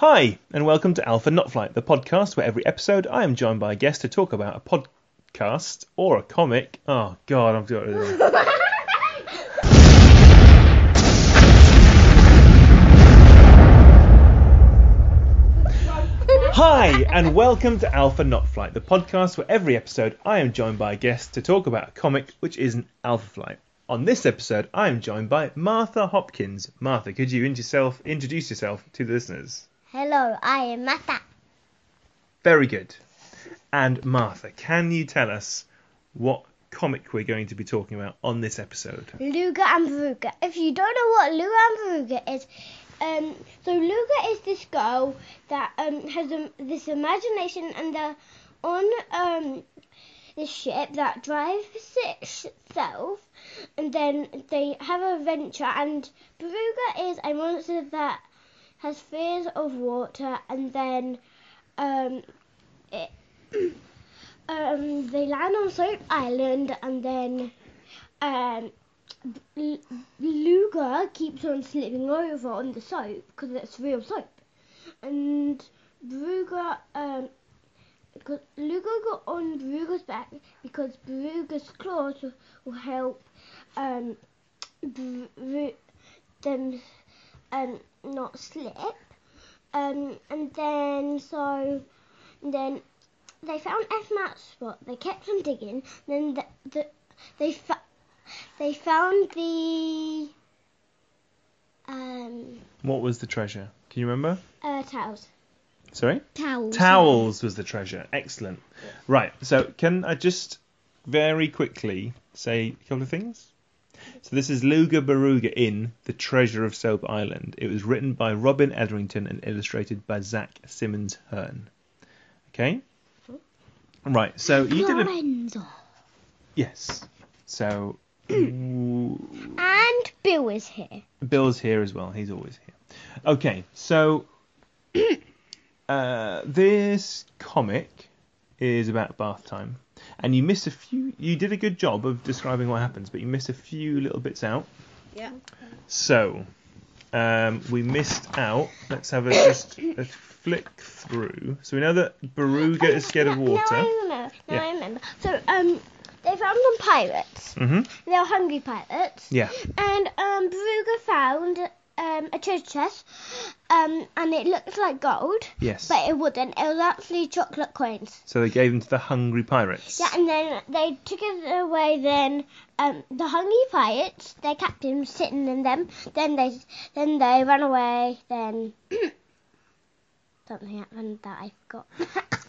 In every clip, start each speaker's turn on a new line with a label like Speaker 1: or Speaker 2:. Speaker 1: Hi, and welcome to Alpha Not Flight, the podcast where every episode I am joined by a guest to talk about a podcast or a comic. Oh, God, I'm doing it. wrong. Hi, and welcome to Alpha Not Flight, the podcast where every episode I am joined by a guest to talk about a comic which isn't Alpha Flight. On this episode, I am joined by Martha Hopkins. Martha, could you int- yourself- introduce yourself to the listeners?
Speaker 2: Hello, I am Mata.
Speaker 1: Very good. And Martha, can you tell us what comic we're going to be talking about on this episode?
Speaker 2: Luga and Veruca. If you don't know what Luga and Veruca is, um, so Luga is this girl that um has um, this imagination and they're on um this ship that drives itself, and then they have an adventure. And Veruca is a monster that has fears of water, and then um it. Um, they land on Soap Island and then um, L- Luger keeps on slipping over on the soap because it's real soap, and Bruger um, because Luger got on Bruger's back because Bruger's claws will, will help um, Bru- Bru- them um not slip, um, and then so then they found F Matt's spot. They kept on digging. Then the, the they fa- they found the um
Speaker 1: What was the treasure? Can you remember?
Speaker 2: uh towels.
Speaker 1: Sorry?
Speaker 2: Towels.
Speaker 1: Towels was the treasure. Excellent. Right, so can I just very quickly say a couple of things? So this is Luga Baruga in The Treasure of Soap Island. It was written by Robin Etherington and illustrated by Zach Simmons Hearn. Okay? Right, so you did a
Speaker 2: Lorenzo.
Speaker 1: Yes. So ooh,
Speaker 2: And Bill is here.
Speaker 1: Bill's here as well. He's always here. Okay, so uh, this comic is about bath time, and you missed a few. You did a good job of describing what happens, but you missed a few little bits out.
Speaker 3: Yeah.
Speaker 1: So um, we missed out. Let's have a just a flick through. So we know that Baruga is scared of
Speaker 2: Now- Now
Speaker 1: water.
Speaker 2: I remember. Now
Speaker 1: Yeah.
Speaker 2: I remember. So um, they found some pirates.
Speaker 1: hmm
Speaker 2: They were hungry pirates.
Speaker 1: Yeah.
Speaker 2: And um, Bruger found um a treasure chest, um, and it looked like gold,
Speaker 1: Yes.
Speaker 2: but it wasn't. It was actually chocolate coins.
Speaker 1: So they gave them to the hungry pirates.
Speaker 2: Yeah, and then they took it away. Then um, the hungry pirates, their captain, was sitting in them. Then they, then they ran away. Then something happened that I forgot.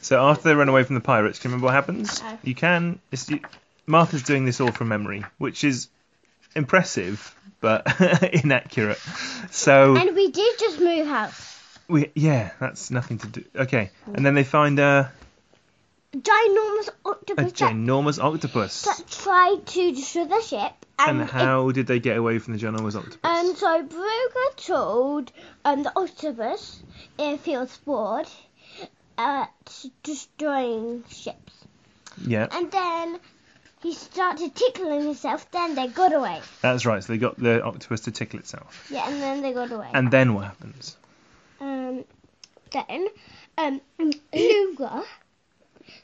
Speaker 1: So after they run away from the pirates, can you remember what happens?
Speaker 2: No.
Speaker 1: You can. It's, you, Martha's doing this all from memory, which is impressive but inaccurate. So
Speaker 2: and we did just move house.
Speaker 1: we, yeah, that's nothing to do. Okay, and then they find a,
Speaker 2: Ginormous
Speaker 1: a
Speaker 2: octopus that,
Speaker 1: ginormous octopus.
Speaker 2: that tried to destroy the ship, and,
Speaker 1: And how did they get away from the ginormous octopus?
Speaker 2: it, and so Bruger told um, the octopus if he was bored at destroying ships.
Speaker 1: yeah,
Speaker 2: And then he started tickling himself. Then they got away.
Speaker 1: that's right. So they got the octopus to tickle itself.
Speaker 2: Yeah, and then they got away.
Speaker 1: And then what happens?
Speaker 2: um, then um, Luga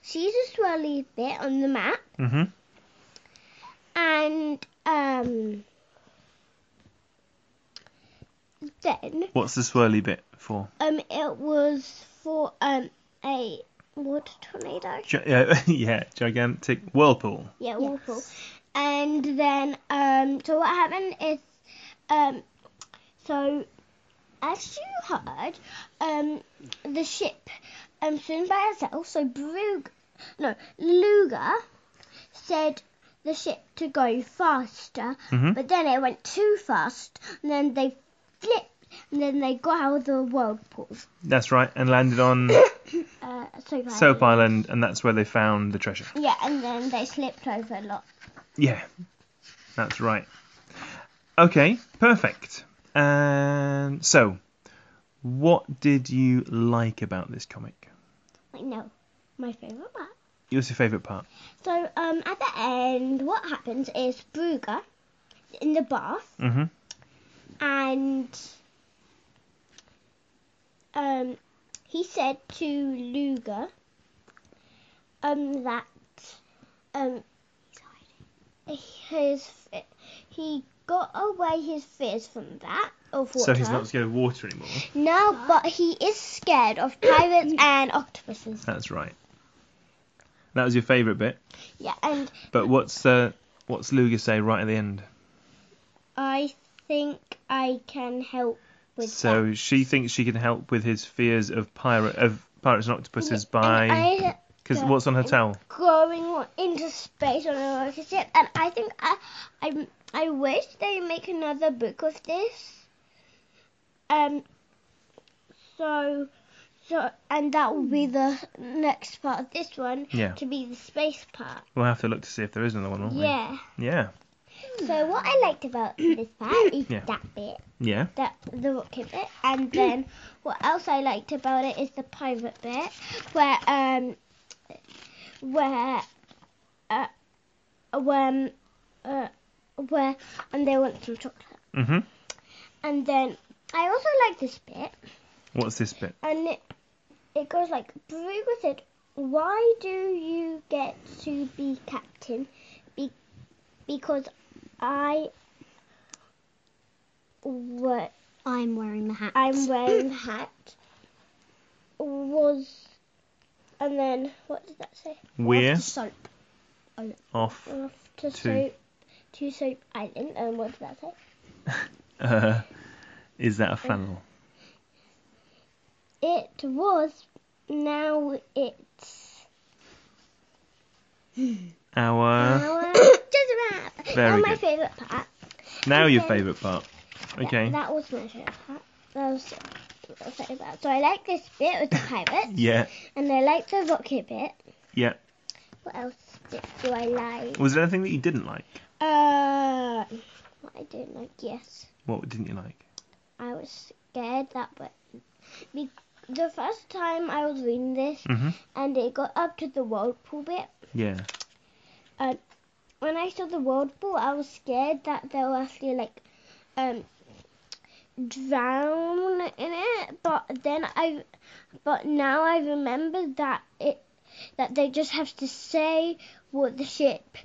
Speaker 2: sees a swirly bit on the map,
Speaker 1: hmm
Speaker 2: and um, then
Speaker 1: What's the swirly bit for?
Speaker 2: um, it was for um a water tornado.
Speaker 1: Gi- yeah, yeah, gigantic whirlpool.
Speaker 2: Yeah, awful. And then, um, so what happened is, um, so as you heard, um, the ship um swim by itself. So Brug, no, Luger said the ship to go faster,
Speaker 1: Mhm.
Speaker 2: but then it went too fast, and then they flipped, and then they got out of the whirlpool.
Speaker 1: That's right, and landed on.
Speaker 2: Uh, so bad.
Speaker 1: Soap Island, and that's where they found the treasure.
Speaker 2: Yeah, and then they slipped over a lot.
Speaker 1: Yeah, that's right. Okay, perfect. And so, what did you like about this comic?
Speaker 2: Like no, my favorite part.
Speaker 1: What's your favourite part?
Speaker 2: So, um, at the end, what happens is Bruger in the bath
Speaker 1: Mm-hmm.
Speaker 2: and um, he said to Luger um, that um, his fi- he got away his fears from that of water.
Speaker 1: So he's not scared of water anymore.
Speaker 2: No, but he is scared of pirates and octopuses.
Speaker 1: That's right. That was your favourite bit.
Speaker 2: Yeah, and
Speaker 1: But what's uh, what's Luger say right at the end?
Speaker 2: I think I can help with
Speaker 1: so
Speaker 2: that.
Speaker 1: she thinks she can help with his fears of pirate of pirates and octopuses
Speaker 2: And
Speaker 1: by
Speaker 2: I-
Speaker 1: because what's on her towel?
Speaker 2: going into space on a rocket ship, and I think I, I, I wish they make another book of this. Um. So, so, and that will be the next part of this one.
Speaker 1: Yeah.
Speaker 2: To be the space part.
Speaker 1: We'll have to look to see if there is another one, won't
Speaker 2: Yeah.
Speaker 1: we? Yeah.
Speaker 2: So what I liked about this part is
Speaker 1: Yeah.
Speaker 2: that bit,
Speaker 1: Yeah.
Speaker 2: that the rocket bit, and then what else I liked about it is the pirate bit, where um, where uh, when uh, where and they want some chocolate,
Speaker 1: Mm-hmm.
Speaker 2: and then I also like this bit,
Speaker 1: What's this bit?
Speaker 2: and it it goes like Bruger said, why do you get to be captain? Be- because I wa
Speaker 3: I'm wearing the hat.
Speaker 2: I'm wearing the hat. Was and then what did that say?
Speaker 1: We're
Speaker 3: After soap.
Speaker 1: off.
Speaker 2: Off
Speaker 1: To-
Speaker 2: to soap to soap island. And what did that say?
Speaker 1: Uh, is that a flannel?
Speaker 2: It was. Now it's
Speaker 1: Our
Speaker 2: our just a
Speaker 1: Uh, very
Speaker 2: Now my
Speaker 1: good.
Speaker 2: favourite part.
Speaker 1: now your
Speaker 2: okay.
Speaker 1: favourite part. Okay.
Speaker 2: That, that was my favourite part. That was my favourite part. So I like this bit with the pirates,
Speaker 1: Yeah.
Speaker 2: and I like the rocket bit.
Speaker 1: Yeah.
Speaker 2: What else bit do I like?
Speaker 1: Was there anything that you didn't like?
Speaker 2: Uh, what I don't like. Yes.
Speaker 1: What didn't you like?
Speaker 2: I was scared that but be- the first time I was reading this
Speaker 1: Mhm.
Speaker 2: and it got up to the whirlpool bit.
Speaker 1: Yeah.
Speaker 2: When I saw the whirlpool, I was scared that they were actually like um drown in it. But then I, but now I remember that it that they just have to say what the ship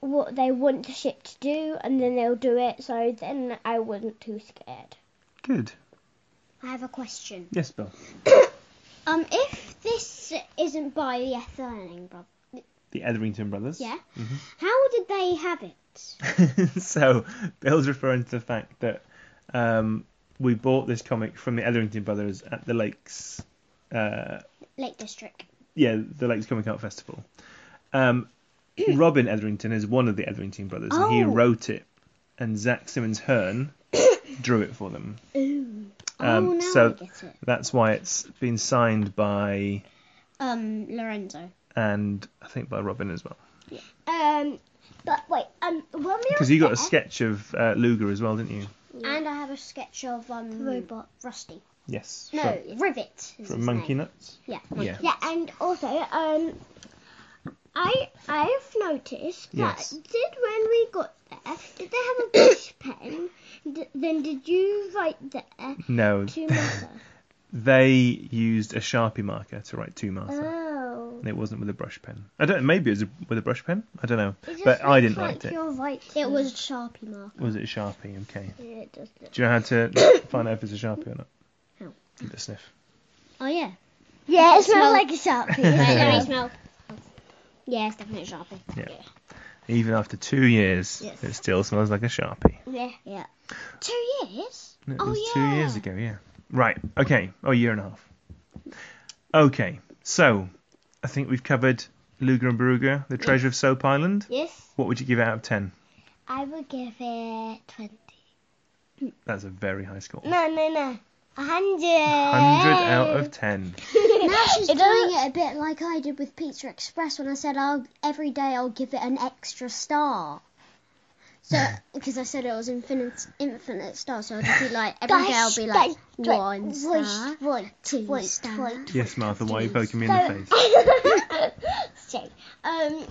Speaker 2: what they want the ship to do and then they'll do it so then i wasn't too scared
Speaker 1: Good.
Speaker 3: I have a question.
Speaker 1: Yes, Bill.
Speaker 3: Um, if this isn't by the Ethering Brothers,
Speaker 1: The Etherington brothers.
Speaker 3: yeah, how did they have it?
Speaker 1: so Bill's referring to the fact that um, we bought this comic from the Etherington brothers at the Lakes, uh,
Speaker 3: Lake District.
Speaker 1: yeah, the Lakes Comic Art Festival. Um, Robin Etherington is one of the Etherington brothers, and he
Speaker 3: Oh.
Speaker 1: wrote it, and Zach Simmons Hearn drew it for them.
Speaker 3: Ooh.
Speaker 1: Um,
Speaker 3: oh, now
Speaker 1: so-
Speaker 3: I get it.
Speaker 1: That's why it's been signed by
Speaker 3: Um, Lorenzo.
Speaker 1: and I think by Robin as well,
Speaker 2: Um, but wait, um, when we
Speaker 1: because
Speaker 2: were
Speaker 1: you got
Speaker 2: there-
Speaker 1: a sketch of uh, Luger as well, didn't you?
Speaker 3: And I have a sketch of um
Speaker 2: Robot.
Speaker 3: Rusty.
Speaker 1: Yes.
Speaker 3: No,
Speaker 1: From,
Speaker 3: Rivet. is
Speaker 1: from
Speaker 3: his
Speaker 1: Monkey
Speaker 3: name.
Speaker 1: Nuts.
Speaker 3: Yeah.
Speaker 1: Yeah.
Speaker 3: Monkey.
Speaker 2: Yeah, and also, um, I I've noticed that
Speaker 1: Yes.
Speaker 2: did when we got there, did they have a brush pen? D- then did you write there
Speaker 1: No,
Speaker 2: to Mother?
Speaker 1: they used a sharpie marker to write to
Speaker 3: Ah.
Speaker 1: Martha.
Speaker 2: oh,
Speaker 1: And it wasn't with a brush pen. I don't. Maybe it was a, with a brush pen. I don't know.
Speaker 2: It just
Speaker 1: But I
Speaker 2: looks
Speaker 1: didn't
Speaker 2: like
Speaker 1: like it.
Speaker 2: You're right.
Speaker 3: It was Sharpie mark.
Speaker 1: Was it a sharpie? Okay.
Speaker 2: Yeah, it does look-
Speaker 1: Do you know how to find out if it's a sharpie or not?
Speaker 3: How?
Speaker 1: Give it a sniff.
Speaker 3: Oh yeah.
Speaker 2: yeah, it
Speaker 3: Smell.
Speaker 2: smells like a sharpie.
Speaker 3: Right, Larry, smell. Yeah, it's definitely Sharpie.
Speaker 1: Even after two years,
Speaker 3: Yes.
Speaker 1: it still smells like a sharpie.
Speaker 2: yeah.
Speaker 3: Yeah. Two years?
Speaker 1: It
Speaker 3: Oh,
Speaker 1: was two years
Speaker 3: yeah.
Speaker 1: ago. Yeah. Right. Okay. Oh, a year and a half. Okay. So, I think we've covered Luger and Beruga, the treasure of Soap Island.
Speaker 2: Yes,
Speaker 1: What would you give out of ten?
Speaker 2: I would give it twenty.
Speaker 1: That's a very high score.
Speaker 2: No, no, no, a hundred.
Speaker 1: Hundred out of ten.
Speaker 3: Now she's
Speaker 2: It doesn't-
Speaker 3: doing it a bit like I did with Pizza Express when I said I'll every day I'll give it an extra star. So because I said it was infinite infinite star, so I'll just be like every day I'll be like one star,
Speaker 2: one,
Speaker 3: two
Speaker 2: one,
Speaker 3: star.
Speaker 2: one.
Speaker 1: Yes, Martha. Why are you poking me in the face?
Speaker 2: So, so, um,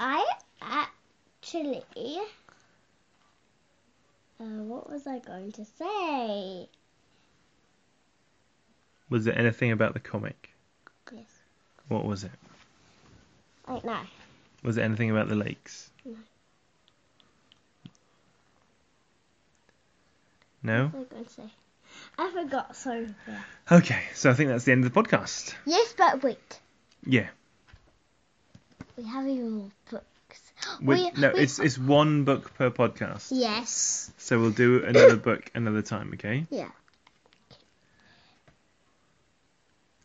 Speaker 2: I actually, uh, what was I going to say?
Speaker 1: Was there anything about the comic?
Speaker 2: Yes.
Speaker 1: What was it?
Speaker 2: Like no.
Speaker 1: Was there anything about the lakes?
Speaker 2: No.
Speaker 1: No?
Speaker 2: What was I going to say? I forgot. So yeah.
Speaker 1: Okay, so I think that's the end of the podcast.
Speaker 2: Yes, but wait.
Speaker 1: Yeah.
Speaker 2: We have even more books.
Speaker 1: We,
Speaker 2: We-
Speaker 1: no,
Speaker 2: we-
Speaker 1: it's it's one book per podcast.
Speaker 3: Yes.
Speaker 1: So we'll do another book another time, okay?
Speaker 3: Yeah.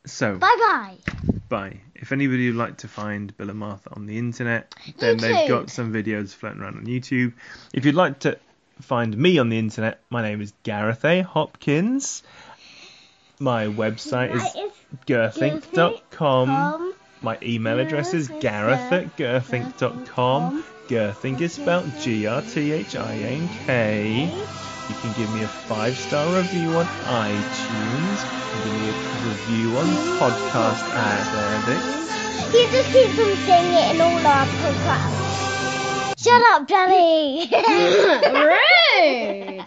Speaker 1: So,
Speaker 2: Bye bye.
Speaker 1: bye. If anybody would like to find Bill and Martha on the internet, then
Speaker 2: YouTube.
Speaker 1: they've got some videos floating around on YouTube. If you'd like to find me on the internet, my name is Gareth A. Hopkins. My website is Mm.
Speaker 2: That is
Speaker 1: girthink.com.
Speaker 2: um,
Speaker 1: My email address is
Speaker 2: Girthink
Speaker 1: gareth
Speaker 2: at
Speaker 1: at girthink.com. Girthink is spelled G R T H I N K. You can give me a five star review on iTunes. You can give me a review on Podcast Addict.
Speaker 2: He just keeps on saying it in all our podcasts. Shut up, Danny.
Speaker 3: Rude.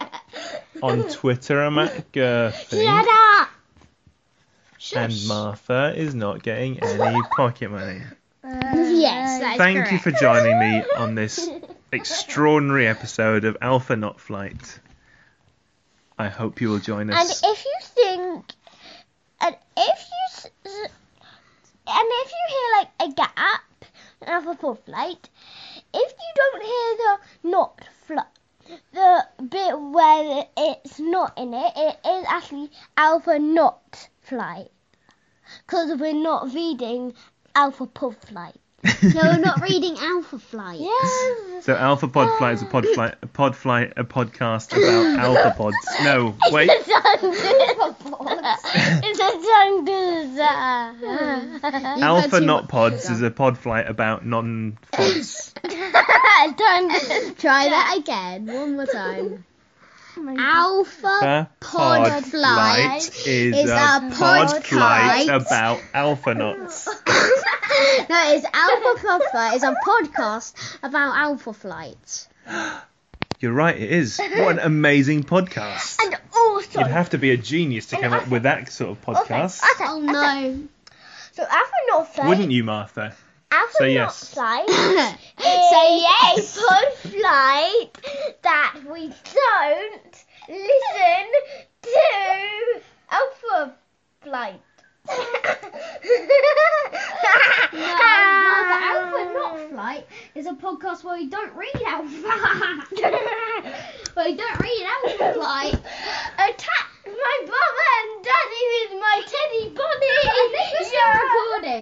Speaker 1: On Twitter, I'm at Girthink.
Speaker 2: Shut up.
Speaker 1: And Martha is not getting any pocket money.
Speaker 3: yes, that is
Speaker 1: Thank you
Speaker 3: correct.
Speaker 1: for joining me on this extraordinary episode of Alpha Not Flight. I hope you will join
Speaker 2: And
Speaker 1: us.
Speaker 2: if you think, and if you, s- s- and if you hear like a gap after full flight, if you don't hear the not fl- the bit where it's not in it, it is actually alpha not flight, because we're not reading alpha pod flight.
Speaker 3: No, we're not reading Alpha Flight.
Speaker 2: Yes.
Speaker 1: So Alpha Pod Flight is a pod flight, a pod flight, a podcast about alpha pods. No, wait.
Speaker 2: It's a tongue twister. It's a tongue twister.
Speaker 1: Alpha Not Pods is a pod flight about non pods.
Speaker 2: Tongue twister.
Speaker 3: Try that again, one more time. Oh Alpha
Speaker 1: Pod,
Speaker 3: Pod
Speaker 1: flight
Speaker 3: flight
Speaker 1: is,
Speaker 3: is
Speaker 1: a,
Speaker 3: a
Speaker 1: pod,
Speaker 3: pod
Speaker 1: flight
Speaker 3: flight.
Speaker 1: about alpha knots.
Speaker 3: No, it's Alpha Pod Flight. It's a podcast about Alpha Flight.
Speaker 1: You're right, it is. What an amazing podcast.
Speaker 2: And also,
Speaker 1: You'd have to be a genius to come up with that sort of podcast,
Speaker 2: okay,
Speaker 3: Oh no.
Speaker 2: so Alpha North Flight.
Speaker 1: wouldn't you, Martha?
Speaker 2: Alpha
Speaker 1: Say
Speaker 2: North
Speaker 1: yes.
Speaker 2: Flight
Speaker 3: Say yes.
Speaker 2: is a pod flight that we don't listen to Alpha Flight. no,
Speaker 3: Alpha Not Flight is a podcast where we don't read Alpha.
Speaker 2: Flight.
Speaker 3: we don't read Alpha Flight.
Speaker 2: Attack